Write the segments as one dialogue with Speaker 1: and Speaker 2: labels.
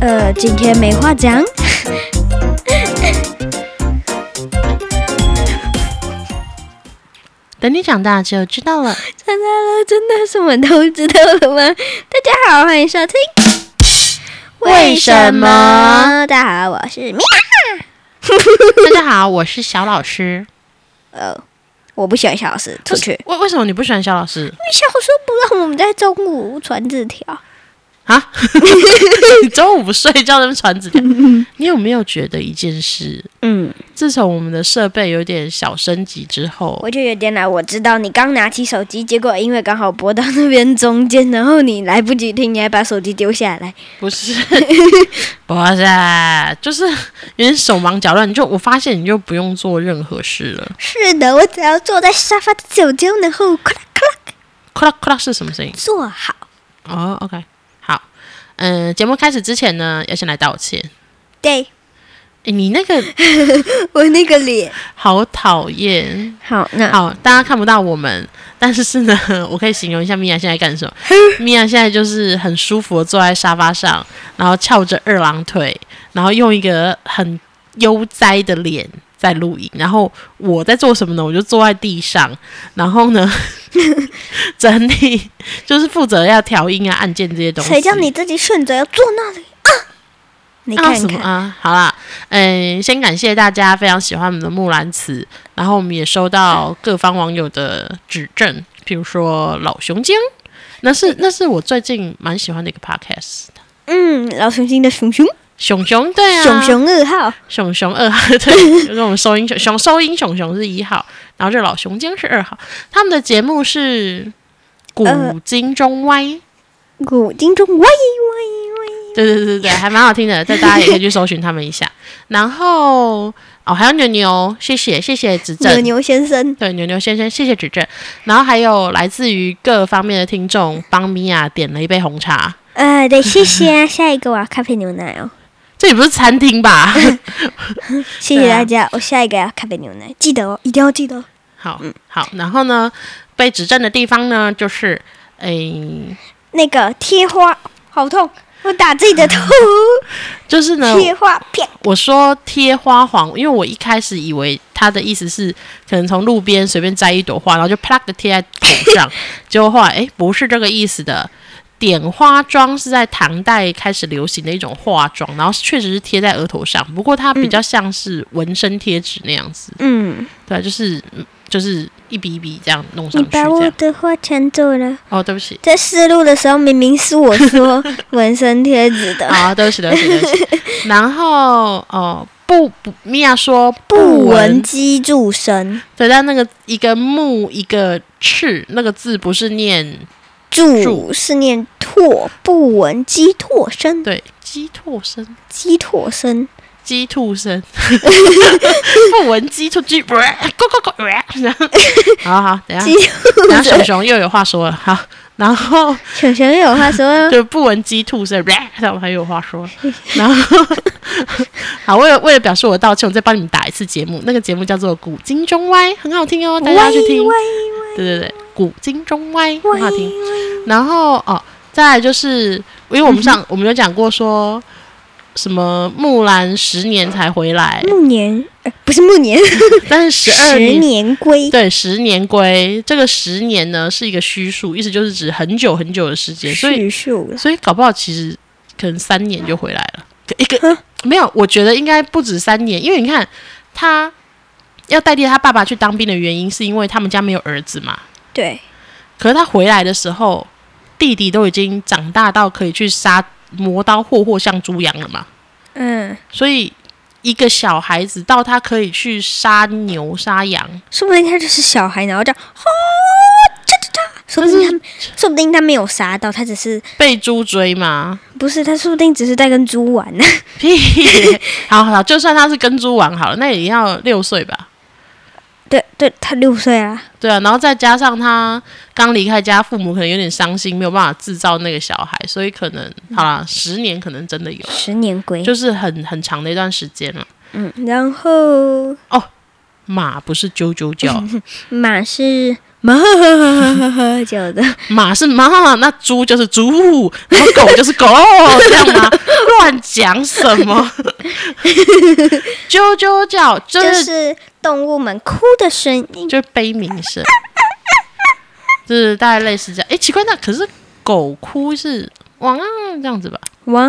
Speaker 1: 呃，今天没话讲。
Speaker 2: 等你长大就知 道了。
Speaker 1: 长大了，真的什么都知道了吗？大家好，欢迎收听。
Speaker 2: 为什么？
Speaker 1: 大家好，我是喵。
Speaker 2: 大家好，我是小老师。
Speaker 1: 呃，我不喜欢小老师，出去。因
Speaker 2: 为为什么你不喜欢小老 师
Speaker 1: 为小老师不让我们在中午传纸条。
Speaker 2: 啊？你中午不睡觉，那么传纸 条？你有没有觉得一件事？
Speaker 1: 嗯，
Speaker 2: 自从我们的设备有点小升级之后，
Speaker 1: 我就有点懒。我知道你刚拿起手机，结果因为刚好拨到那边中间，然后你来不及听，你还把手机丢下来。
Speaker 2: 不 是不是，就是有点手忙脚乱。你就我发现你就不用做任何事了。
Speaker 1: 是的，我只要坐在沙发的角角，然后咔啦咔啦
Speaker 2: 咔啦咔啦是什么声音？
Speaker 1: 坐好。
Speaker 2: 哦，OK，好。嗯、节目开始之前呢，要先来道歉。
Speaker 1: 对
Speaker 2: 诶你那个
Speaker 1: 我那个脸。
Speaker 2: 好讨厌。
Speaker 1: 好，那
Speaker 2: 好，大家看不到我们，但是呢， 我可以形容一下米娅现在干什么。米娅现在就是很舒服的坐在沙发上，然后翘着二郎腿，然后用一个很悠哉的脸在录影。然后我在做什么呢？我就坐在地上，然后呢， 整理 就是负责要调音啊、按键这些东西。
Speaker 1: 谁叫你自己顺着要坐那里啊？你
Speaker 2: 啊
Speaker 1: 看
Speaker 2: 什么
Speaker 1: 看，
Speaker 2: 啊？好啦，嗯，先感谢大家非常喜欢我们的木兰辞，然后我们也收到各方网友的指正，比如说老熊精，那是那是我最近蛮喜欢的一个 podcast，
Speaker 1: 嗯，老熊星的熊熊，
Speaker 2: 熊熊对啊，
Speaker 1: 熊熊二号，
Speaker 2: 熊熊二号，对，就是我们收音熊熊收音熊熊是一号，然后这老熊精是二号，他们的节目是古
Speaker 1: 呃
Speaker 2: 今中歪，
Speaker 1: 古今中喂喂
Speaker 2: 对对对对对，还蛮好听 的，这大家也可以去搜寻他们一下。然后哦，还有牛牛，谢谢谢谢指
Speaker 1: 喂，牛
Speaker 2: 正，
Speaker 1: 牛先生，
Speaker 2: 对牛牛先生，谢谢指正。然后还有来自于各方面的听众，帮米娅点了一杯红茶，
Speaker 1: 呃，对，谢谢啊，下一个我要咖啡牛奶哦，
Speaker 2: 这也不是餐厅吧？
Speaker 1: 谢谢大家，我下一个啊要咖啡牛奶，记得哦，一定要记得哦。
Speaker 2: 好好，然后呢，被指正的地方呢，就是诶，
Speaker 1: 那个贴花好痛，我打自己 的头，
Speaker 2: 就是呢，
Speaker 1: 贴花片，
Speaker 2: 我说贴花黄，因为我一开始以为他的意思是可能从路边随便摘一朵花，然后就啪啦的贴在口上， 结果后来哎不是这个意思的。点花妆是在唐代开始流行的一种化妆，然后确实是贴在额头上，不过它比较像是纹身贴纸那样子，
Speaker 1: 嗯，
Speaker 2: 对啊，就是嗯就是一笔一笔这样弄上
Speaker 1: 你
Speaker 2: 去 这
Speaker 1: 把我
Speaker 2: 样。
Speaker 1: 的花抢走了。
Speaker 2: 哦，对不起，
Speaker 1: 在试录的时候，明明是我 说纹身贴纸的，
Speaker 2: 啊，对不起，对不起，对不起。然后哦，不不，米娅说
Speaker 1: 不
Speaker 2: 纹
Speaker 1: 闻机助生，
Speaker 2: 对，但那个一个木一个赤，那个字不是念
Speaker 1: 助是念唾，不闻鸡唾声，
Speaker 2: 对鸡兔声，
Speaker 1: 鸡唾声。
Speaker 2: 鸡兔声，不闻鸡兔鸡， 咕咕咕，这样。好好，等一
Speaker 1: 鸡
Speaker 2: 下，然后熊熊又有话说了，好，然后
Speaker 1: 小熊有话说，
Speaker 2: 就不闻鸡兔声，然后还有话说，然后好，为了为了表示我的道歉，我再帮你们打一次节目，那个节目叫做《古今中歪》，很好听哦，大家要去听
Speaker 1: 喂。
Speaker 2: 对对对，古今中歪
Speaker 1: 喂
Speaker 2: 很好听。然后哦，再来就是，因为我们上、我们有讲过说，什么木兰十年才回来，
Speaker 1: 暮年，呃不是暮年，
Speaker 2: 但是十二
Speaker 1: 十
Speaker 2: 年
Speaker 1: 年归。
Speaker 2: 对十年归，这个十年呢是一个虚数，意思就是指很久很久的时间，所以
Speaker 1: 叙述了，
Speaker 2: 所以搞不好其实可能三年就回来了，一个 没有，我觉得应该不止三年，因为你看他要代替他爸爸去当兵的原因，是因为他们家没有儿子嘛，
Speaker 1: 对，
Speaker 2: 可是他回来的时候，弟弟都已经长大到可以去杀磨刀霍霍像猪羊了嘛。
Speaker 1: 嗯，
Speaker 2: 所以一个小孩子到他可以去杀牛杀羊，
Speaker 1: 说不定他就是小孩，然后这样，吼，这这这，说不定他，说不定他没有杀到，他只是
Speaker 2: 被猪追吗？
Speaker 1: 不是他，说不定只是在跟猪玩呢。
Speaker 2: 屁！好好，就算他是跟猪玩好了，那也要六岁吧？
Speaker 1: 对对，他六岁啦。
Speaker 2: 对啊，然后再加上他刚离开家，父母可能有点伤心，没有办法制造那个小孩，所以可能好啦，十年可能真的有，
Speaker 1: 十年归。
Speaker 2: 就是很很长的一段时间了。
Speaker 1: 嗯，然后
Speaker 2: 马不是啾啾叫，
Speaker 1: 马是马 叫的，
Speaker 2: 马是马，那猪就是猪，然后狗就是狗，这样吗？乱讲什么？啾啾叫，就
Speaker 1: 就是是动物们哭的声音。
Speaker 2: 就是悲鸣声，就是大概类似这样。哎，奇怪，那可是狗哭是汪这样子吧？
Speaker 1: 哇，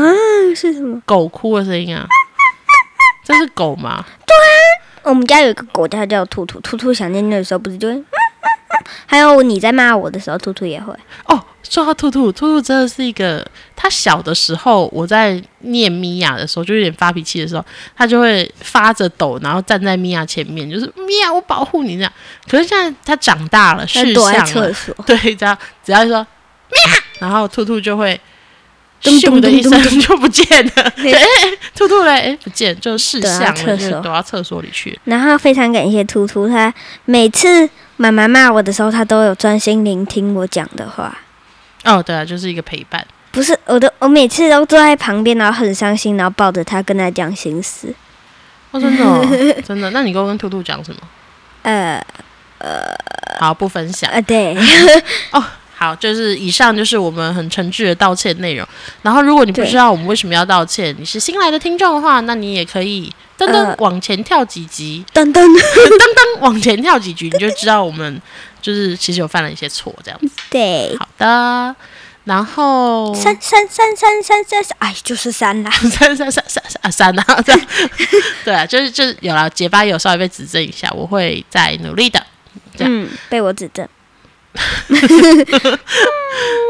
Speaker 1: 是什么？
Speaker 2: 狗哭的声音啊，这是狗吗？
Speaker 1: 我们家有一个狗，它叫兔兔。兔兔想念你的时候，不是就会？还有你在骂我的时候，兔兔也会。
Speaker 2: 哦，说到兔兔，兔兔真的是一个，它小的时候我在念米娅的时候，就有点发脾气的时候，它就会发着抖，然后站在米娅前面，就是米娅，我保护你这样。可是现在它长大了，
Speaker 1: 它
Speaker 2: 是
Speaker 1: 躲在
Speaker 2: 相了
Speaker 1: 厕，所。啊
Speaker 2: 对，这样只要一说喵，然后兔兔就会。
Speaker 1: 咚
Speaker 2: 咻
Speaker 1: 咚
Speaker 2: 的一
Speaker 1: 咚咚
Speaker 2: 声 就不见了，对，哎兔兔嘞，哎，不见，就视
Speaker 1: 躲到
Speaker 2: 像
Speaker 1: 厕
Speaker 2: 了，就
Speaker 1: 所
Speaker 2: 躲到厕所里去了。
Speaker 1: 然后非常感谢兔兔，它每次妈妈骂我的时候，它都有专心聆听我讲的话。
Speaker 2: 哦，对啊，就是一个陪伴。
Speaker 1: 不是我的，我每次都坐在旁边，然后很伤心，然后抱着它跟它讲心事。
Speaker 2: 哦，真 的、哦，真的。那你跟我跟兔兔讲什么？
Speaker 1: 呃
Speaker 2: 好，不分享。
Speaker 1: 呃， 对，
Speaker 2: 好，就是以上就是我们很诚挚的道歉内容。然后，如果你不
Speaker 1: 对
Speaker 2: 知道我们为什么要道歉，你是新来的听众的话，那你也可以噔噔
Speaker 1: 呃
Speaker 2: 往前跳几集，
Speaker 1: 噔噔，
Speaker 2: 噔 往前跳几集，你就知道我们就是其实有犯了一些错这样子。
Speaker 1: 对，
Speaker 2: 好的，然后
Speaker 1: 三三三三三三三，哎，就是三啦。
Speaker 2: 三三三三三啊三 啊，这样对啊，就是就是有了结巴有稍微被指正一下，我会再努力的。这样
Speaker 1: 嗯，被我指正。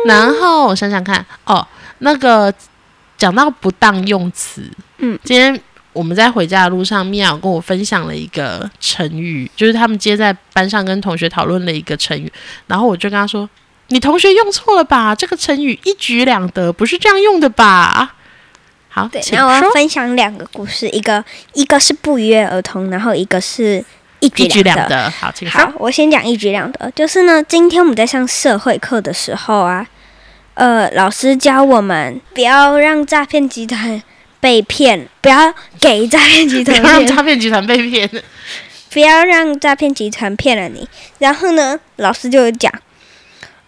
Speaker 2: 然后我想想看，哦，那个讲到不当用词，
Speaker 1: 嗯，
Speaker 2: 今天我们在回家的路上，米娅有跟我分享了一个成语，就是他们今天在班上跟同学讨论了一个成语，然后我就跟她说：“你同学用错了吧？这个成语一举两得，不是这样用的吧？”好，
Speaker 1: 对，
Speaker 2: 请
Speaker 1: 然后我要
Speaker 2: 说。
Speaker 1: 分享两个故事，一个一个是不约而同，然后一个是一
Speaker 2: 一举
Speaker 1: 举
Speaker 2: 两
Speaker 1: 两得。
Speaker 2: 得，好，请说
Speaker 1: 好。，我先讲一举两得，就是呢，今天我们在上社会课的时候啊，呃，老师教我们不要让诈骗集团被骗，不要给诈骗集
Speaker 2: 不
Speaker 1: 团
Speaker 2: 要让
Speaker 1: 骗，
Speaker 2: 诈骗集团被骗。
Speaker 1: 不要让诈骗集团骗了你。然后呢，老师就有讲。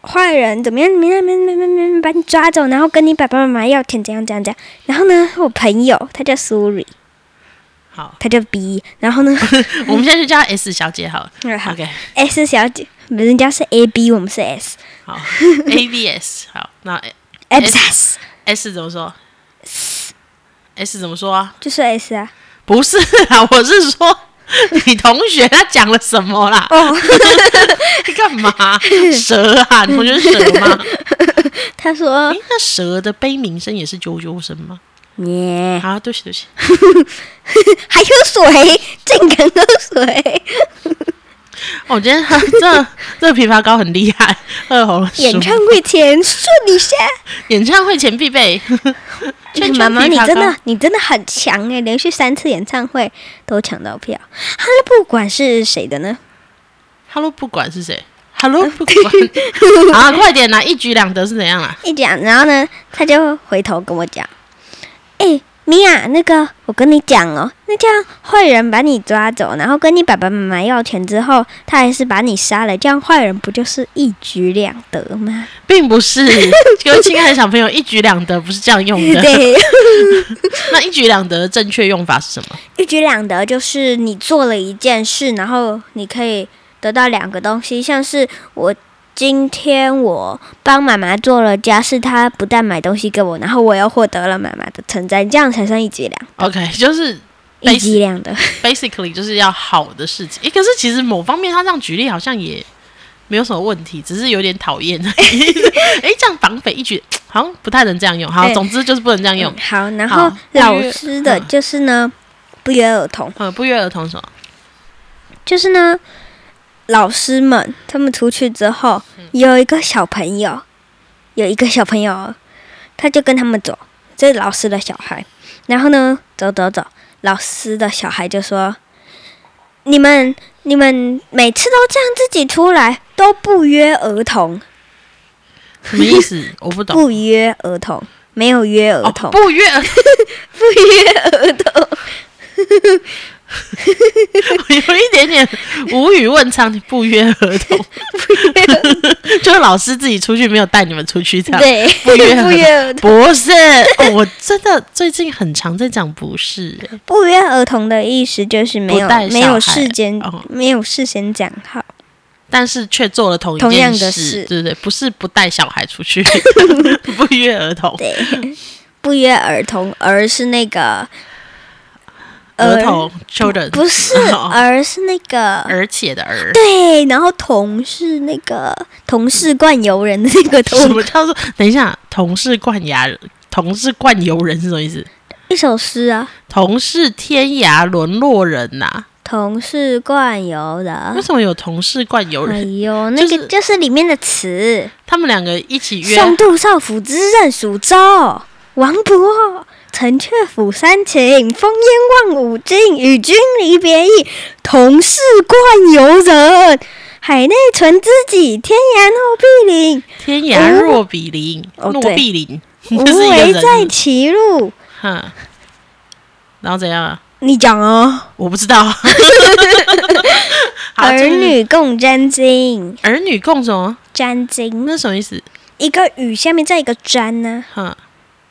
Speaker 1: 坏人怎么样？怎么样？怎么样？怎么样？怎么样把你抓走，然后跟你爸爸妈妈要钱，怎样？怎样？怎样？然后呢，我朋友他叫苏瑞，
Speaker 2: 好，
Speaker 1: 他叫 B，然后 呢，
Speaker 2: 我们现在就叫 S 小姐好了。
Speaker 1: 嗯好
Speaker 2: OK，
Speaker 1: S 小姐，人家是 A B，我们是 S
Speaker 2: 好，ABS，好，那 S
Speaker 1: S，
Speaker 2: S 怎么说？S 怎么说啊？
Speaker 1: 就是 S 啊。
Speaker 2: 不是啦， 我是说你同学他讲了什么啦？
Speaker 1: 哦，
Speaker 2: 干 嘛？蛇啊？你同学是蛇吗？
Speaker 1: 他说
Speaker 2: 诶，那蛇的悲鸣声也是啾啾声吗？
Speaker 1: 你
Speaker 2: 啊，对不起，对不起。
Speaker 1: 还喝水，竟敢喝水，
Speaker 2: 哦 我今天这这枇杷膏很厉害，二喉
Speaker 1: 演唱
Speaker 2: 舒
Speaker 1: 会前顺一下。
Speaker 2: 演唱会前必 备。圈圈
Speaker 1: 妈妈，你
Speaker 2: 枇杷
Speaker 1: 真
Speaker 2: 膏
Speaker 1: 的你真的很强哎，连续三次演唱会都抢到票。好了，不管是谁的呢，
Speaker 2: ，Hello，不管是谁，Hello，不 管啊，快点啦，一举两得是怎样啊啦？
Speaker 1: 一讲，然后呢，他就回头跟我讲，哎。米娅，那个，我跟你讲哦，那这样坏人把你抓走，然后跟你爸爸妈妈要钱之后，他还是把你杀了，这样坏人不就是一举两得吗？
Speaker 2: 并不 是，各位亲爱的小朋友，一举两得不是这样用的。
Speaker 1: 对，
Speaker 2: 那一举两得的正确用法是什么？
Speaker 1: 一举两得就是你做了一件事，然后你可以得到两个东西，像是我。今天我帮妈妈做了家事，她不但买东西给我，然后我又获得了妈妈的称赞，这样才算一举两
Speaker 2: OK，就是
Speaker 1: 一举两得。
Speaker 2: basically 就是要好的事情。诶，可是其实某方面他这样举例好像也没有什么问题，只是有点讨 厌。诶，这样绑匪一举好像不太能这样用。好，
Speaker 1: 对
Speaker 2: 总之就是不能这样用
Speaker 1: 嗯。好，然
Speaker 2: 好
Speaker 1: 后老
Speaker 2: 不约
Speaker 1: 师的
Speaker 2: 嗯
Speaker 1: 就是呢，不约而同，
Speaker 2: 呃，不约而同什么？
Speaker 1: 就是呢，老师们他们出去之后，
Speaker 2: 嗯
Speaker 1: 有一个小朋友，有一个小朋友，他就跟他们走，这是老师的小孩。然后呢，走走走，老师的小孩就说：“你们你们每次都这样自己出来，都不约而同，
Speaker 2: 什么意思？ 我不懂。
Speaker 1: 不约而同，没有约而
Speaker 2: 哦
Speaker 1: 同，，
Speaker 2: 不约而
Speaker 1: 不约而同。”
Speaker 2: 我有一点点无语问苍天，不约而 同，就是老师自己出去没有带你们出去这样。
Speaker 1: 对，
Speaker 2: 不约而同
Speaker 1: 不约而同
Speaker 2: 不是、哦我真的最近很常在讲不是、欸
Speaker 1: 不约而同的意思就是没有
Speaker 2: 不带小孩
Speaker 1: 没有事先、
Speaker 2: 哦
Speaker 1: 没有事先讲好，
Speaker 2: 但是却做了同一
Speaker 1: 同
Speaker 2: 件
Speaker 1: 样
Speaker 2: 事，
Speaker 1: 的事
Speaker 2: 对不对？不是不带小孩出去， 不约而同，
Speaker 1: 对， 不约而同，而是那个
Speaker 2: 儿
Speaker 1: 儿
Speaker 2: 童 children
Speaker 1: 不是 啊
Speaker 2: 哦
Speaker 1: 而是那个
Speaker 2: 而且的儿，
Speaker 1: 对，然后同是那个同是惯游人的那个
Speaker 2: 什
Speaker 1: 同，
Speaker 2: 么叫做？等一下，同是冠牙人，同是冠游人是什么意思？
Speaker 1: 一首诗啊，
Speaker 2: 同是天涯沦落人呐、
Speaker 1: 同是惯游人
Speaker 2: 为。什么有同是冠游
Speaker 1: 哎
Speaker 2: 人？
Speaker 1: 呦，那
Speaker 2: 就是
Speaker 1: 个就是里面的词，
Speaker 2: 他们两个一起约，
Speaker 1: 送杜少府之任蜀州，王勃。陈雀府三秦，风烟望五津，与君离别意，同是惯游人。海内存知己，天涯若比邻。
Speaker 2: 天涯若比邻，
Speaker 1: 哦
Speaker 2: 若
Speaker 1: 对
Speaker 2: 比邻，
Speaker 1: 无
Speaker 2: 就是一个
Speaker 1: 为在
Speaker 2: 人，
Speaker 1: 歧路。
Speaker 2: 哼。然后怎样啊？
Speaker 1: 你讲哦，
Speaker 2: 我不知道。 好，就
Speaker 1: 儿
Speaker 2: 是
Speaker 1: 女共沾巾，
Speaker 2: 儿女共什么？
Speaker 1: 沾巾，
Speaker 2: 那什么意思？
Speaker 1: 哦一个雨下面再一个沾呢、
Speaker 2: 哼，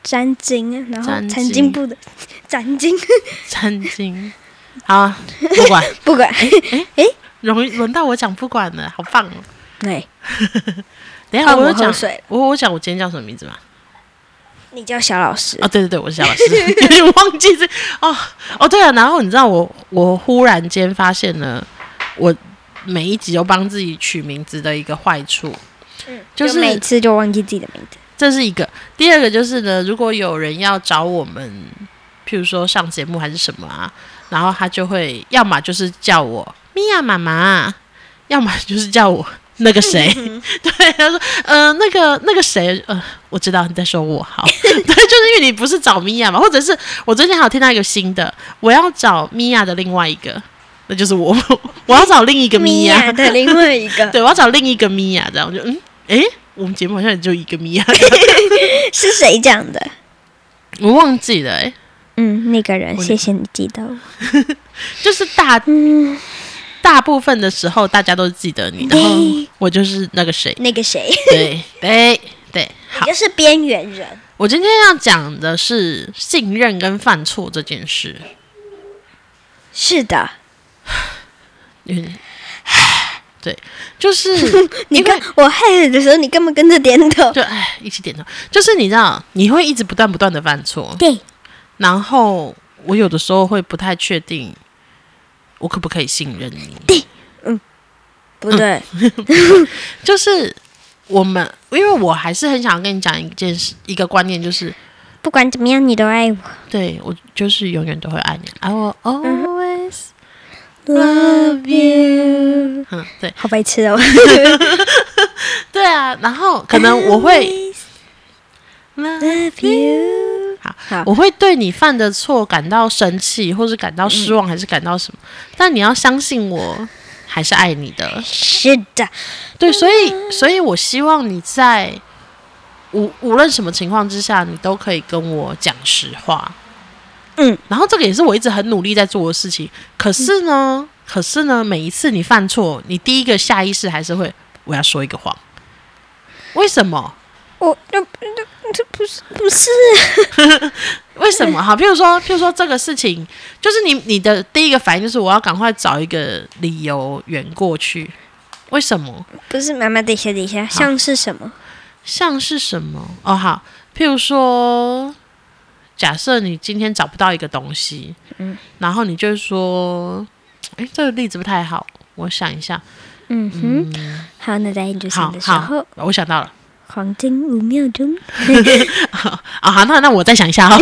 Speaker 1: 沾巾啊，然后
Speaker 2: 沾巾
Speaker 1: 曾经不的 沾巾，
Speaker 2: 震惊。好，不管，
Speaker 1: 不管，
Speaker 2: 容易轮到我讲不管了，好棒哦！
Speaker 1: 对，
Speaker 2: 等一下
Speaker 1: 换
Speaker 2: 我
Speaker 1: 我
Speaker 2: 有
Speaker 1: 喝
Speaker 2: 讲，
Speaker 1: 水了，
Speaker 2: 我我讲我今天叫什么名字吗？
Speaker 1: 你叫小老师
Speaker 2: 哦，对对对，我是 小老师，有点忘记是哦哦对了，然后你知道我我忽然间发现了，我每一集都帮自己取名字的一个坏处，就是
Speaker 1: 就每次就忘记自己的名字。
Speaker 2: 这是一个。第二个就是呢，如果有人要找我们，譬如说上节目还是什么啊，然后他就会要么就是叫我米娅妈妈，要么就是叫我那个谁。 对，他说，呃，那个那个谁，呃，我知道你在说我，好，对，就是因为你不是找米娅嘛，或者是我最近还有听到一个新的，我要找米娅的另外一个，那就是我， 我要找另一个米娅，
Speaker 1: 的另外一个
Speaker 2: 对，我要找另一个米娅，这样我就嗯，诶，我们节目好像也就一个米娅，
Speaker 1: 是谁讲的？
Speaker 2: 我忘记了、欸，
Speaker 1: 嗯，那个人，
Speaker 2: 我
Speaker 1: 谢谢你记得我。
Speaker 2: 就是大
Speaker 1: 嗯，
Speaker 2: 大部分的时候大家都记得你，然后我就是那个谁，
Speaker 1: 那个谁，
Speaker 2: 对对对，好
Speaker 1: 你，就是边缘人。
Speaker 2: 我今天要讲的是信任跟犯错这件事，
Speaker 1: 是的，
Speaker 2: 嗯，对，就是
Speaker 1: 你
Speaker 2: 因为
Speaker 1: 看我害的时候，你干嘛跟着点头？
Speaker 2: 就哎一起点头，就是你知道你会一直不断不断的犯错，
Speaker 1: 对，
Speaker 2: 然后我有的时候会不太确定我可不可以信任你，
Speaker 1: 不对，
Speaker 2: 就是我们，因为我还是很想跟你讲一件事，一个观念，就是
Speaker 1: 不管怎么样，你都爱我。
Speaker 2: 对我就是永远都会爱你，I will always
Speaker 1: Love you。
Speaker 2: 嗯，对
Speaker 1: 好白痴哦！
Speaker 2: 对啊，然后可能我会嗯
Speaker 1: Love you。
Speaker 2: 好
Speaker 1: 好，
Speaker 2: 我会对你犯的错感到生气，或是感到失望，还是感到什么？但你要相信我，还是爱你的。
Speaker 1: 是的，
Speaker 2: 对，所以，所以我希望你在无无论什么情况之下，你都可以跟我讲实话。
Speaker 1: 嗯，
Speaker 2: 然后这个也是我一直很努力在做的事情。可是呢，可是呢，每一次你犯错，你第一个下意识还是会我要说一个谎。为什么？
Speaker 1: 我这这哦这不是不是
Speaker 2: 为什么？好，譬如说，譬如说这个事情，就是你你的第一个反应就是我要赶快找一个理由圆过去。为什么？
Speaker 1: 不是，妈妈等一下等一下，像是什么？
Speaker 2: 像是什么？哦，好，譬如说，假设你今天找不到一个东西，嗯，然后你就说，诶，这个例子不太好，我想一下，
Speaker 1: 嗯哼，好，那在研究生
Speaker 2: 好
Speaker 1: 的时
Speaker 2: 好
Speaker 1: 候，，
Speaker 2: 哦我想到了，
Speaker 1: 黄金五秒钟，
Speaker 2: 啊、好，那那我再想一 下哦。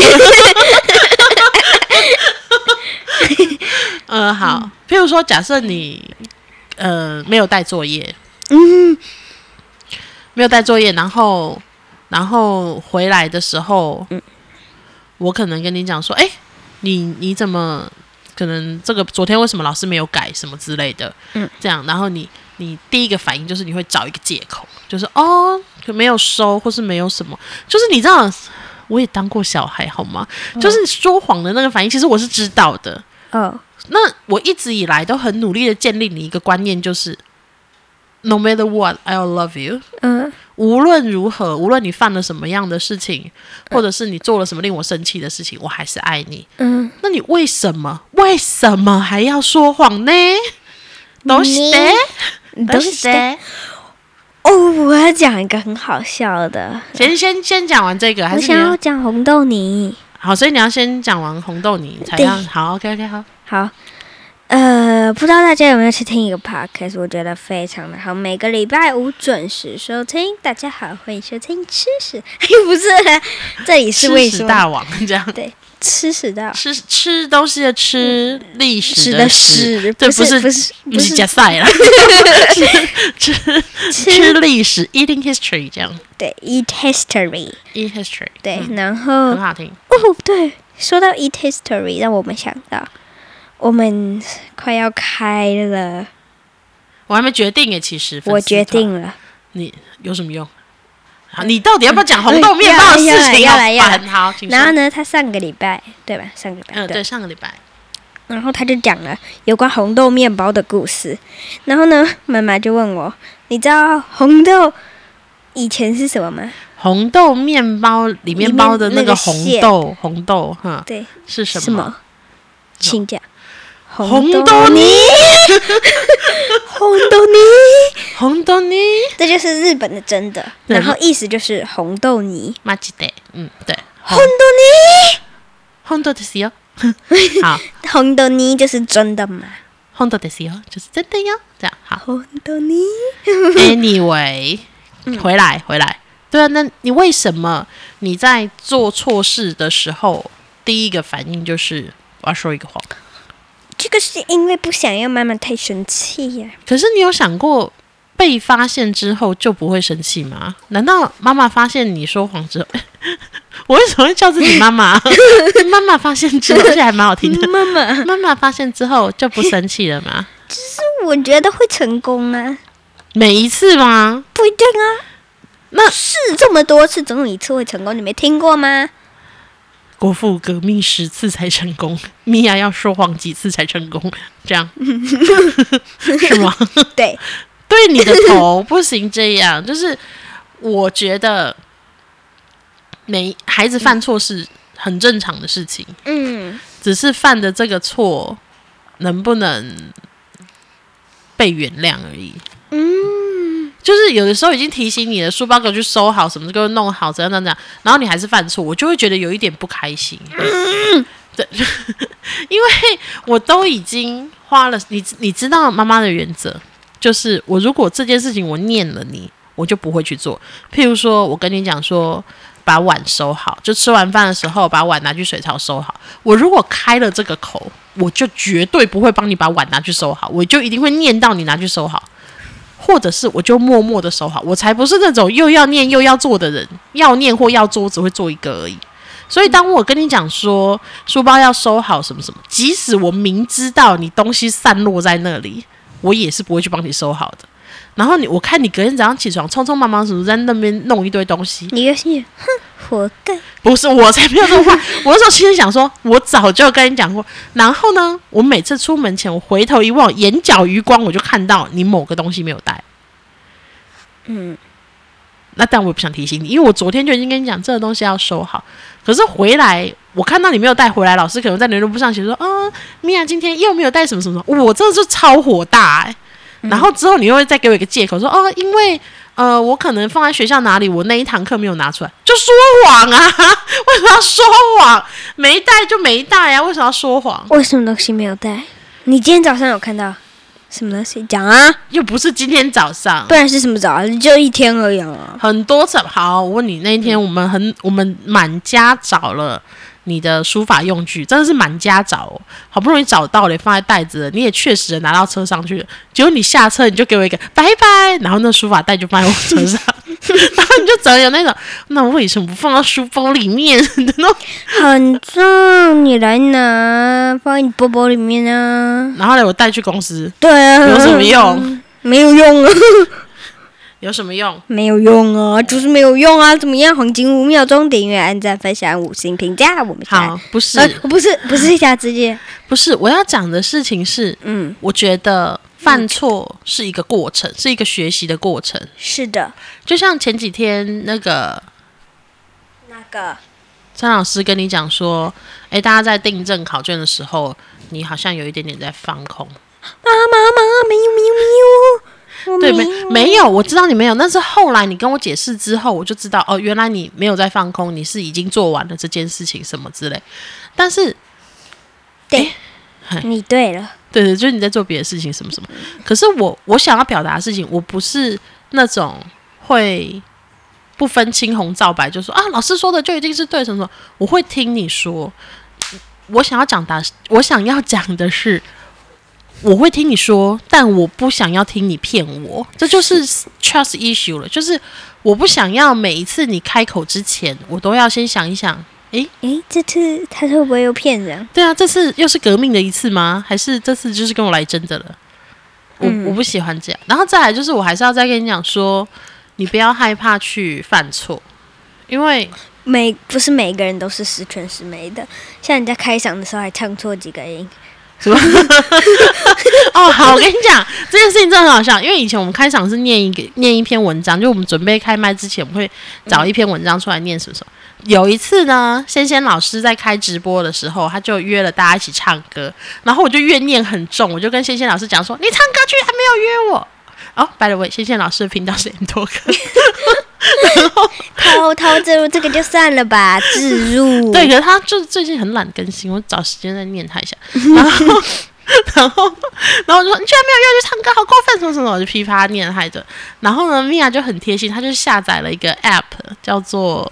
Speaker 2: 呃，好，
Speaker 1: 嗯
Speaker 2: 譬如说，假设你呃没有带作业，
Speaker 1: 嗯，
Speaker 2: 没有带作业，然后然后回来的时候，
Speaker 1: 嗯
Speaker 2: 我可能跟你讲说，哎、你你怎么可能这个昨天为什么老师没有改什么之类的，
Speaker 1: 嗯，
Speaker 2: 这样，然后你你第一个反应就是你会找一个借口，就是哦可没有收或是没有什么，就是你知道。
Speaker 1: 嗯
Speaker 2: 我也当过小孩，好吗？就是说谎的那个反应，其实我是知道的，
Speaker 1: 哦，
Speaker 2: 那我一直以来都很努力的建立你一个观念，就是 no matter what I'll love you。
Speaker 1: 嗯
Speaker 2: 无论如何，无论你犯了什么样的事情，或者是你做了什么令我生气的事情，我还是爱你。
Speaker 1: 嗯，
Speaker 2: 那你为什么为什么还要说谎呢？都是
Speaker 1: 你
Speaker 2: 的，
Speaker 1: 都是嗯的。哦，我要讲一个很好笑的，
Speaker 2: 先先先讲完这个，还
Speaker 1: 我
Speaker 2: 是
Speaker 1: 想
Speaker 2: 你
Speaker 1: 要
Speaker 2: 要
Speaker 1: 讲红豆泥。
Speaker 2: 好？所以你要先讲完红豆泥才
Speaker 1: 对
Speaker 2: 让好。OK OK 好，
Speaker 1: 好，呃，不知道大家有没有去听一个 podcast？我觉得非常的好，每个礼拜五准时收听。大家好，欢迎收听吃屎， 哎，不是啦，这里是为
Speaker 2: 吃
Speaker 1: 什
Speaker 2: 屎
Speaker 1: 么
Speaker 2: 大王这样。
Speaker 1: 吃屎大
Speaker 2: 吃吃东西的吃，历史
Speaker 1: 吃嗯
Speaker 2: 的
Speaker 1: 的，屎，
Speaker 2: 对
Speaker 1: 不
Speaker 2: 不
Speaker 1: 不是
Speaker 2: 不是
Speaker 1: 是
Speaker 2: 加赛啦， 吃吃吃
Speaker 1: 吃
Speaker 2: 历史，eating history 这样
Speaker 1: 对 eat history
Speaker 2: ，eat history
Speaker 1: 对，
Speaker 2: 嗯
Speaker 1: 然后
Speaker 2: 很好听。
Speaker 1: 哦，对，说到 Eat History，让我们想到我们快要开了，
Speaker 2: 我还没决定耶，其实粉丝
Speaker 1: 我决
Speaker 2: 团
Speaker 1: 定了，
Speaker 2: 有什么用？好，你到底要不要讲红豆面包的
Speaker 1: 要
Speaker 2: 事
Speaker 1: 来
Speaker 2: 情？
Speaker 1: 要来要
Speaker 2: 好
Speaker 1: 来
Speaker 2: 烦，好，请说
Speaker 1: 然后呢，他上个礼拜对吧？上个礼拜、
Speaker 2: 嗯，
Speaker 1: 对，
Speaker 2: 对，上个礼拜，
Speaker 1: 然后他就讲了有关红豆面包的故事。然后呢，妈妈就问我，你知道红豆以前是什么吗？
Speaker 2: 红豆面包里面包的
Speaker 1: 那
Speaker 2: 那
Speaker 1: 个
Speaker 2: 个红豆，红豆，哈，
Speaker 1: 对，
Speaker 2: 是什
Speaker 1: 什
Speaker 2: 么？
Speaker 1: 么？请讲。
Speaker 2: 红
Speaker 1: 豆
Speaker 2: 豆泥，
Speaker 1: 红豆泥，
Speaker 2: 红豆泥，
Speaker 1: 这就是日本的真的，
Speaker 2: 对
Speaker 1: 然后意思就是红豆泥，
Speaker 2: 马吉得，嗯，对，
Speaker 1: 红豆泥。
Speaker 2: 红豆的是哟，好，
Speaker 1: 红豆泥就是真的吗？
Speaker 2: 红豆的是哟，就是真的哟，这样好。
Speaker 1: 红豆泥，
Speaker 2: Anyway，回来回来，对啊，那你为什么你在做错事的时候，第一个反应就是我要说一个谎？
Speaker 1: 这个是因为不想要妈妈太生气呀、
Speaker 2: 可是你有想过被发现之后就不会生气吗？难道妈妈发现你说谎之后， 我为什么会叫自己妈 妈？妈妈发现之后，这还蛮好听 的。
Speaker 1: 妈妈，
Speaker 2: 妈妈发现之后就不生气了吗？
Speaker 1: 我觉得会成功啊，
Speaker 2: 每一次吗？
Speaker 1: 不一定啊。
Speaker 2: 那
Speaker 1: 试这么多次，总有一次会成功，你没听过吗？
Speaker 2: 国父革命十次才成功，米娅要说谎几次才成功？这样是吗？
Speaker 1: 对，
Speaker 2: 对你的头不行这样，就是我觉得每孩子犯错是很正常的事情，
Speaker 1: 嗯，
Speaker 2: 只是犯的这个错能不能被原谅而已。嗯，就是有的时候已经提醒你了，书包给我去收好，什么给我弄好，怎样怎样怎样，然后你还是犯错，我就会觉得有一点不开心。对， 因为我都已经花了，你你知道妈妈的原则，就是我如果这件事情我念了你，我就不会去做。譬如说，我跟你讲说，把碗收好，就吃完饭的时候把碗拿去水槽收好。我如果开了这个口，我就绝对不会帮你把碗拿去收好，我就一定会念到你拿去收好，或者是我就默默的收好。我才不是那种又要念又要做的人，要念或要做，我只会做一个而已。所以，当我跟你讲说书包要收好什么什么，即使我明知道你东西散落在那里，我也是不会去帮你收好的。然后你，我看你隔天早上起床匆匆忙忙，什么在那边弄一堆东西，
Speaker 1: 你又是哼，活该。
Speaker 2: 不是我才没有这么坏。 我那时候心里想说，我早就跟你讲过。然后呢，我每次出门前，我回头一望，眼角余光我就看到你某个东西没有带。
Speaker 1: 嗯，
Speaker 2: 那但我也不想提醒你，因为我昨天就已经跟你讲这个东西要收好。可是回来，我看到你没有带回来，老师可能在联络簿上写说：“啊、米娅今天又没有带什么什么。”我真的就超火大、欸。然后之后你又会再给我一个借口说：“哦，因为呃，我可能放在学校哪里，我那一堂课没有拿出来。”就说谎啊！ 为什么要说谎？没带就没带啊！为什么要说谎？
Speaker 1: 为什么东西没有带？你今天早上有看到什么东西？讲啊，
Speaker 2: 又不是今天早上
Speaker 1: 不。然是什么早啊？就一天而已啊。
Speaker 2: 很多次好，我问你，那一天我们很我们满家找了你的书法用具，真的是满家找、哦，好不容易找到了，放在袋子了，你也确实拿到车上去了。结果你下车你就给我一个拜拜，然后那书法袋就放在我车 上，然后你就总有那种，那我为什么不放到书包里面的那种？
Speaker 1: 很重，你来拿，放在你包包里面啊。
Speaker 2: 然后来我带去公司，
Speaker 1: 对啊，
Speaker 2: 嗯有什么用？
Speaker 1: 没有用啊。
Speaker 2: 有什么用？
Speaker 1: 没有用啊，就是没有用啊，怎么样？黄金五秒钟，订阅、按赞、分享、五星评价，我们下
Speaker 2: 好，不是、
Speaker 1: 呃不是不是一下直接，
Speaker 2: 哎不是，我要讲的事情是，
Speaker 1: 嗯，
Speaker 2: 我觉得犯错是一个过程，是一个学习的过程。
Speaker 1: 是的，
Speaker 2: 就像前几天那个
Speaker 1: 那个
Speaker 2: 张老师跟你讲说，诶，大家在订正考卷的时候，你好像有一点点在放空。
Speaker 1: 妈妈妈没有没有没有，我
Speaker 2: 对，没没有，我知道你没有，但是后来你跟我解释之后，我就知道哦，原来你没有在放空，你是已经做完了这件事情什么之类。但是，
Speaker 1: 对
Speaker 2: 嘿，
Speaker 1: 你对了，
Speaker 2: 对对，就是你在做别的事情什么什么。可是我我想要表达的事情，我不是那种会不分青红皂白就说啊，老师说的就一定是对什么什么。我会听你说，我想要讲达，我想要讲的是。我会听你说，但我不想要听你骗我，这就是 trust issue 了。就是我不想要每一次你开口之前，我都要先想一想，
Speaker 1: 诶，这次他会不会又骗人？
Speaker 2: 对啊，这次又是革命的一次吗？还是这次就是跟我来真的了？我、
Speaker 1: 嗯
Speaker 2: 我不喜欢这样。然后再来就是，我还是要再跟你讲说，你不要害怕去犯错，因为
Speaker 1: 每不是每个人都是十全十美的，像人家开场的时候还唱错几个音，
Speaker 2: 什么？ 哦，好，我跟你讲，这件事情真的很好笑，因为以前我们开场是念一个念一篇文章，就我们准备开麦之前，我们会找一篇文章出来念什么什么。有一次呢，仙仙老师在开直播的时候，他就约了大家一起唱歌，然后我就越念很重，我就跟仙仙老师讲说：“你唱歌居然没有约我。”哦，by the way，仙仙老师的频道是 M 多歌，
Speaker 1: 偷偷置入这个就算了吧，呃置 入
Speaker 2: 对，可是他就是最近很懒更新，我找时间再念 他一下。然后，然后，然后我就说你居然没有约我去唱歌，好过分，什么什么，我就噼啪念害着。然后呢，米娅就很贴心，她就下载了一个 app，叫做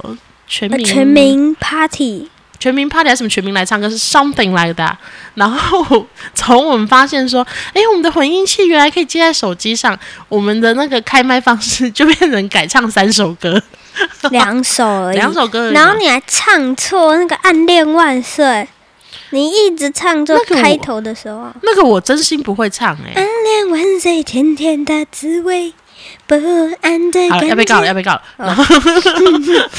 Speaker 2: 全
Speaker 1: 呃
Speaker 2: 民
Speaker 1: 全民 Party
Speaker 2: 全民 party 还是什么全民来唱歌是 something like that。然后 从我们发现说，诶，我们的混音器原来可以接在手机上，我们的那个开麦方式 就变成改唱三首歌，
Speaker 1: 两首而已，
Speaker 2: 两首歌而已啊嘛，
Speaker 1: 然后你还唱错那个《暗恋万岁》，你一直唱错
Speaker 2: 那个我
Speaker 1: 开头的时候啊，
Speaker 2: 那个我真心不会唱诶。
Speaker 1: 暗恋万岁，甜甜的滋味，不安的
Speaker 2: 好
Speaker 1: 感觉。
Speaker 2: 了，啊要被告了，要被告了。
Speaker 1: 嗯
Speaker 2: 然后，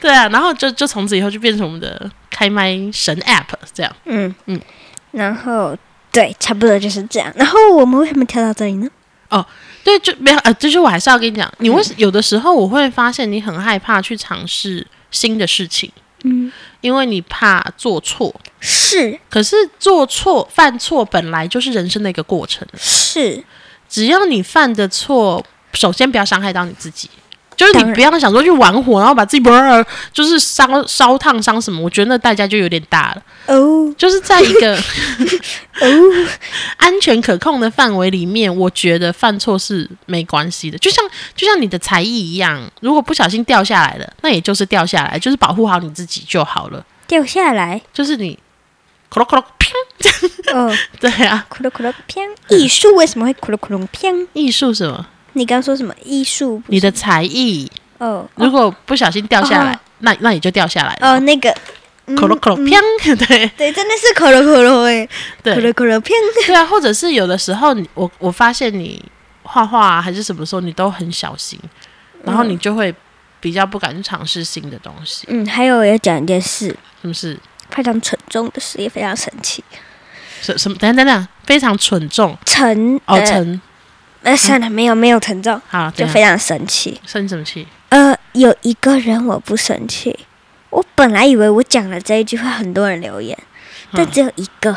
Speaker 2: 对啊，然后就就从此以后就变成我们的开麦神 App 这样。
Speaker 1: 嗯
Speaker 2: 嗯
Speaker 1: 嗯，然后对，差不多就是这样。然后我们为什么跳到这里呢？
Speaker 2: 对，就没有呃，就是我还是要跟你讲，
Speaker 1: 嗯
Speaker 2: 你为什、有的时候我会发现你很害怕去尝试新的事情，
Speaker 1: 嗯，
Speaker 2: 因为你怕做错。
Speaker 1: 是
Speaker 2: 可是做错、犯错本来就是人生的一个过程，
Speaker 1: 是，
Speaker 2: 只要你犯的错，首先不要伤害到你自己。就是你
Speaker 1: 当然
Speaker 2: 不要想说去玩火，然后把自己不就是烧烧烫伤什么，我觉得那代价就有点大了。
Speaker 1: 哦
Speaker 2: 就是在一个
Speaker 1: 哦，
Speaker 2: 安全可控的范围里面，我觉得犯错是没关系的。就像就像你的才艺一样，如果不小心掉下来了，那也就是掉下来，就是保护好你自己就好了。
Speaker 1: 掉下来，
Speaker 2: 就是你，咯咯咯，砰！
Speaker 1: 哦，
Speaker 2: 对啊，
Speaker 1: 咕噜咕噜偏。艺术为什么会咕噜咕噜偏？
Speaker 2: 艺术什么？
Speaker 1: 你刚说什么艺术？
Speaker 2: 你的才艺
Speaker 1: 哦
Speaker 2: 如果不小心掉下来，
Speaker 1: 哦
Speaker 2: 那那也就掉下来
Speaker 1: 哦，
Speaker 2: 了。
Speaker 1: 那个，嗯
Speaker 2: 咯咯咯，
Speaker 1: 嗯
Speaker 2: 砰！对
Speaker 1: 对，真的是咕噜咕噜哎，咕噜
Speaker 2: 对
Speaker 1: 咕噜偏。
Speaker 2: 对啊，或者是有的时候你，我我发现你画画、啊还是什么时候，你都很小心，然后你就会比较不敢去尝试新的东西。
Speaker 1: 嗯，还有我要讲一件事，
Speaker 2: 是不是？
Speaker 1: 非常沉重的事，也非常神奇。
Speaker 2: 什什么？等一下等一下，非常蠢重
Speaker 1: 沉
Speaker 2: 哦，
Speaker 1: 呃
Speaker 2: 沉嗯啊
Speaker 1: 呃，算了，没有没有沉重，
Speaker 2: 好，
Speaker 1: 就
Speaker 2: 等一下
Speaker 1: 非常神奇。
Speaker 2: 生什么气？
Speaker 1: 呃，有一个人我不生气，我本来以为我讲了这一句话，很多人留言，但
Speaker 2: 嗯
Speaker 1: 只有一个，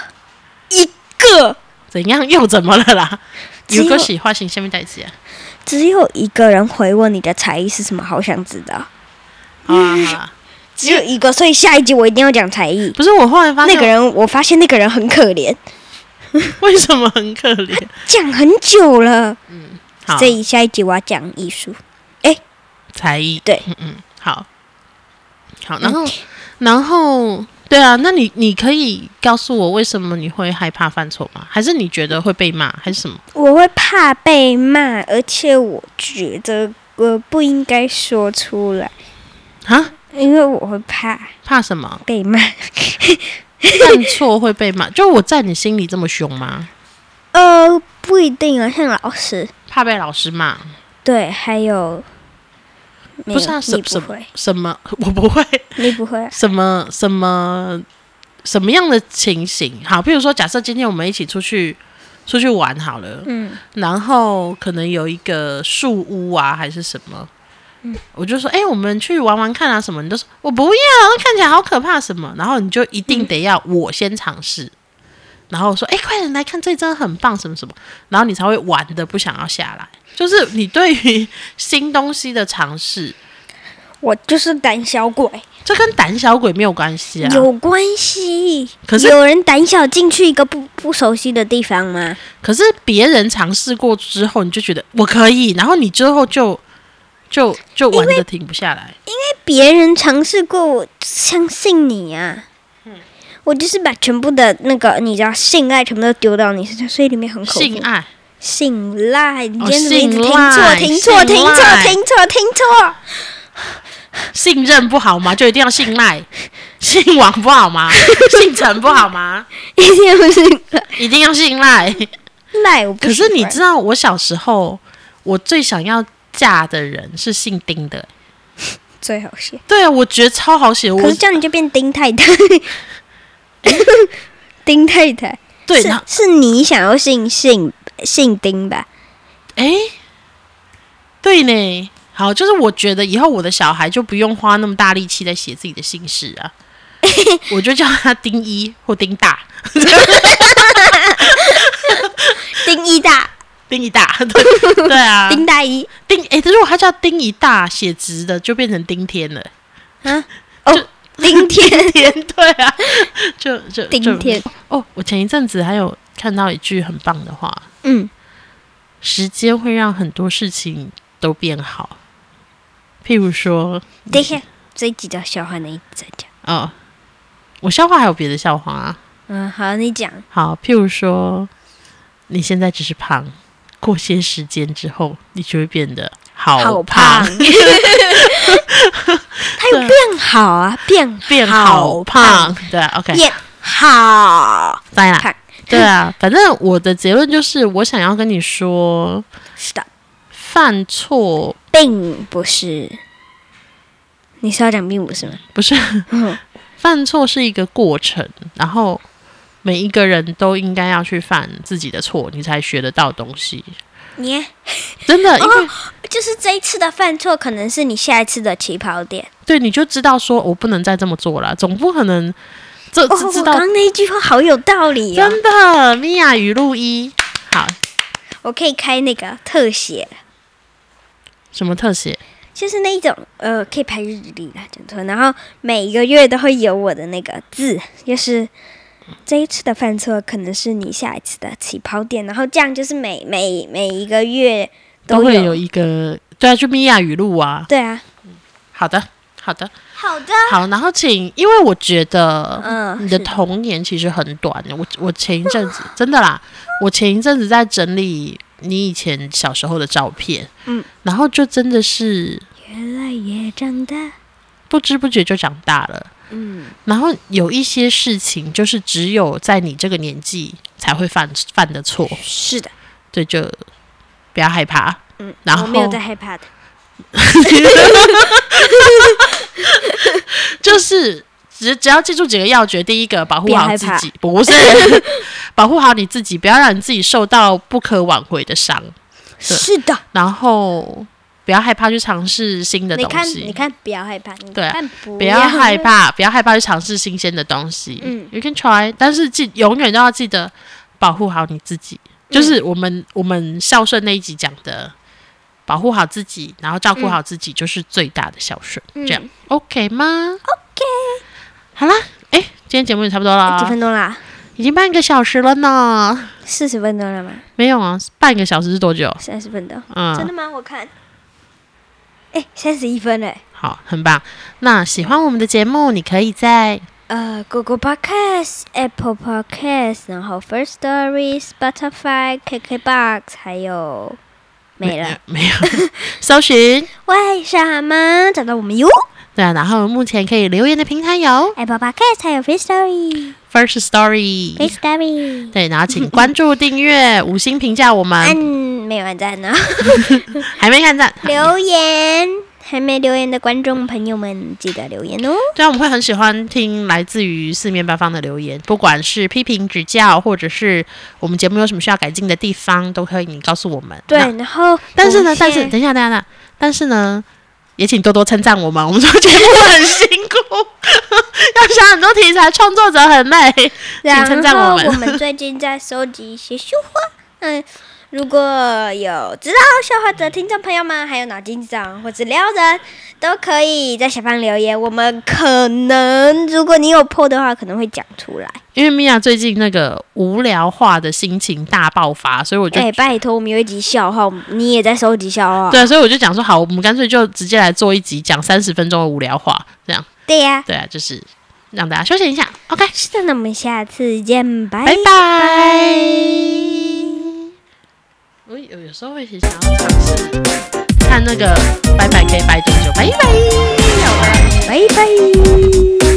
Speaker 1: 一个，
Speaker 2: 怎样 又怎么了啦？
Speaker 1: 只有
Speaker 2: 如果喜欢，请下面代词啊。
Speaker 1: 只有一个人回我你的才艺是什么，好想知道，
Speaker 2: 好啊 好啊，
Speaker 1: 只有一个，所以下一集我一定要讲才艺。
Speaker 2: 不是我后来发现
Speaker 1: 那个人，我发现那个人很可怜，
Speaker 2: 为什么很可怜？
Speaker 1: 讲很久了。
Speaker 2: 好，哦
Speaker 1: 这一下一集我要讲艺术，
Speaker 2: 才艺
Speaker 1: 对，嗯
Speaker 2: 嗯嗯，好，好，然后然后对啊，那你你可以告诉我为什么你会害怕犯错吗？还是你觉得会被骂，还是什么？
Speaker 1: 我会怕被骂，而且我觉得我不应该说出来，
Speaker 2: 啊？
Speaker 1: 因为我会怕？
Speaker 2: 怕什么
Speaker 1: 被 骂。
Speaker 2: 犯错会被骂？就我在你心里这么凶吗？哦
Speaker 1: 呃，不一定啊，像老师，
Speaker 2: 怕被老师骂？
Speaker 1: 对，还有没有
Speaker 2: 不是啊什
Speaker 1: 你不
Speaker 2: 什
Speaker 1: 会，
Speaker 2: 什么？ 我不会。
Speaker 1: 你不会啊，
Speaker 2: 什么什么什么样的情形？好，譬如说，假设今天我们一起出去出去玩好了，
Speaker 1: 嗯，
Speaker 2: 然后可能有一个树屋啊，还是什么。
Speaker 1: 嗯
Speaker 2: 我就说，哎、我们去玩玩看啊，什么？你就说我不要，那看起来好可怕，什么？然后你就一定得要我先尝试，然后说，哎、快点来看，这真的很棒，什么什么，然后你才会玩的不想要下来。就是你对于新东西的尝试，
Speaker 1: 我就是胆小鬼，
Speaker 2: 这跟胆小鬼没有关系啊。
Speaker 1: 有关系。
Speaker 2: 可是
Speaker 1: 有人胆小进去一个不不熟悉的地方吗？
Speaker 2: 可是别人尝试过之后，你就觉得我可以，然后你之后就就就玩的停不下来。
Speaker 1: 别人尝试过，我相信你啊。
Speaker 2: 嗯
Speaker 1: 我就是把全部的那个，你知道，性爱全部都丢到你身上，所以里面很恐怖。
Speaker 2: 性爱，
Speaker 1: 信赖，你
Speaker 2: 哦
Speaker 1: 今天的名字
Speaker 2: 信赖
Speaker 1: 听错，听错，听
Speaker 2: 信
Speaker 1: 错，
Speaker 2: 赖
Speaker 1: 听错，听错。
Speaker 2: 信任不好吗？就一定要信赖？ 信网不好吗？ 信诚不好吗？
Speaker 1: 一定不是
Speaker 2: 一定要 信赖。
Speaker 1: 赖，我不
Speaker 2: 可是
Speaker 1: 喜
Speaker 2: 你
Speaker 1: 欢
Speaker 2: 知道，我小时候我最想要嫁的人是姓丁的。
Speaker 1: 最好写，
Speaker 2: 对啊，我觉得超好写。我
Speaker 1: 可是这样你就变丁太太。丁太太
Speaker 2: 对，
Speaker 1: 是
Speaker 2: 然后
Speaker 1: 是你想要姓姓姓丁吧？
Speaker 2: 哎，对呢。好，就是我觉得以后我的小孩就不用花那么大力气在写自己的姓氏 啊，我就叫他丁一或丁大、
Speaker 1: 丁一大，
Speaker 2: 丁一大， 对对啊，
Speaker 1: 丁大一
Speaker 2: 丁哎，如果他叫丁一大写直的，就变成丁天了，
Speaker 1: 啊，哦，丁天，
Speaker 2: 天对啊，就就就
Speaker 1: 丁天，
Speaker 2: 哦，我前一阵子还有看到一句很棒的话，
Speaker 1: 嗯，
Speaker 2: 时间会让很多事情都变好，譬如说
Speaker 1: 等一下，这一集叫笑话，那一集再讲。
Speaker 2: 哦，我笑话还有别的笑话啊。
Speaker 1: 嗯，好，你讲。
Speaker 2: 好，譬如说，你现在只是胖，过些时间之后，你就会变得好
Speaker 1: 好
Speaker 2: 胖，
Speaker 1: 胖， 他有变好啊，变
Speaker 2: 变
Speaker 1: 好
Speaker 2: 好胖，，对啊，OK，
Speaker 1: 变好
Speaker 2: 在啦，
Speaker 1: 胖。
Speaker 2: 对啊，反正我的结论就是，我想要跟你说，
Speaker 1: 是的，
Speaker 2: 犯错
Speaker 1: 并不是。你是要讲并不是吗？
Speaker 2: 不是
Speaker 1: 嗯，
Speaker 2: 犯错是一个过程，然后每一个人都应该要去犯自己的错，你才学得到东西。
Speaker 1: 你
Speaker 2: 真的，因
Speaker 1: 哦
Speaker 2: 为、
Speaker 1: 就是这一次的犯错，可能是你下一次的起跑点。
Speaker 2: 对你就知道说我不能再这么做了，总不可能这
Speaker 1: 哦，
Speaker 2: 这知
Speaker 1: 我
Speaker 2: 道
Speaker 1: 刚刚那一句话好有道理哦，
Speaker 2: 真的，米娅语录一，好，
Speaker 1: 我可以开那个特写，
Speaker 2: 什么特写？
Speaker 1: 就是那一种呃，可以拍日历啦，讲错。然后每一个月都会有我的那个字，就是这一次的犯错可能是你下一次的起跑点。然后这样就是每每每一个月
Speaker 2: 都
Speaker 1: 有。
Speaker 2: 会有一个，对啊，就米娅语录啊。
Speaker 1: 对啊，
Speaker 2: 好的，好的，
Speaker 1: 好的，
Speaker 2: 好，然后请，因为我觉得
Speaker 1: 嗯，
Speaker 2: 你的
Speaker 1: 是
Speaker 2: 童年其实很短，我我前一阵子真的啦，我前一阵子在整理你以前小时候的照片，
Speaker 1: 嗯，
Speaker 2: 然后就真的是
Speaker 1: 越来越长大，
Speaker 2: 不知不觉就长大了。
Speaker 1: 嗯，
Speaker 2: 然后有一些事情，就是只有在你这个年纪才会犯犯的错，
Speaker 1: 是的，
Speaker 2: 对，就不要害怕。
Speaker 1: 嗯，
Speaker 2: 然后
Speaker 1: 我没有在害怕的，
Speaker 2: 就是只只要记住几个要诀：第一个，保护好自己，不是 保护好你自己，不要让你自己受到不可挽回的伤。
Speaker 1: 是的，
Speaker 2: 然后不要害怕去尝试新的
Speaker 1: 你
Speaker 2: 东
Speaker 1: 看，
Speaker 2: 西，
Speaker 1: 你看，不要害怕，你
Speaker 2: 对啊
Speaker 1: 看，不
Speaker 2: 不要害，怕，不要害怕去尝试新鲜的东西。
Speaker 1: 嗯
Speaker 2: ，you can try，但是记永远都要记得保护好你自己，
Speaker 1: 嗯
Speaker 2: 就是我们、我们孝顺那一集讲的。保护好自己，然后照顾好自己，就是最大的孝顺。
Speaker 1: 嗯
Speaker 2: 这样 OK 吗？OK。好啦，哎，今天节目也差不多啦，
Speaker 1: 哎几分钟啦？
Speaker 2: 已经半个小时了呢。
Speaker 1: 四十分钟了吗？
Speaker 2: 没有啊，半个小时是多久？
Speaker 1: 三十分钟。真
Speaker 2: 嗯
Speaker 1: 的，吗？我看，哎，三十一分嘞。
Speaker 2: 好，很棒。那喜欢我们的节目，你可以在
Speaker 1: 呃，Google Podcast、Apple Podcast，然后 First Story、Spotify、KKBox，还有没了。
Speaker 2: 没有 搜寻
Speaker 1: 为什么找到我们哟
Speaker 2: 对啊，然后目前可以留言的平台有
Speaker 1: ？Apple Podcast 还有 First Story、
Speaker 2: First Story，
Speaker 1: First Story。
Speaker 2: 嗯对，然后请关注、订阅、五星评价我们。
Speaker 1: 按嗯没有按赞呢、
Speaker 2: 还没看赞。
Speaker 1: 留言还没留言的观众朋友们，记得留言哦。
Speaker 2: 对啊，我们会很喜欢听来自于四面八方的留言，不管是批评指教，或者是我们节目有什么需要改进的地方，都可以你告诉我们。
Speaker 1: 对，
Speaker 2: 那
Speaker 1: 然后
Speaker 2: 但是
Speaker 1: 我
Speaker 2: 呢，
Speaker 1: 们
Speaker 2: 但
Speaker 1: 现
Speaker 2: 是
Speaker 1: 在
Speaker 2: 等一下，等一下，等一下，但是呢，也请多多称赞我们，我们做节目很辛苦，要想很多题材，创作者很累。请称赞我
Speaker 1: 然
Speaker 2: 们
Speaker 1: 后我们最近在收集一些绣花，嗯，如果有知道绣花的听众朋友们，还有脑筋急转或者撩人，都可以在下方留言。我们可能，如果你有破的话，可能会讲出来。
Speaker 2: 因为米娅最近那个无聊化的心情大爆发，所以我就
Speaker 1: 哎、拜托，我们有一集笑话，你也在收集笑话？
Speaker 2: 对，所以我就讲说，好，我们干脆就直接来做一集讲三十分钟的无聊话，这样
Speaker 1: 对呀、
Speaker 2: 对啊，就是让大家休闲一下。OK，
Speaker 1: 是的，那我们下次见，拜
Speaker 2: 拜拜。我哎有有时候会想要尝试看那个拜拜可以拜多久，拜拜，要拜。
Speaker 1: 拜拜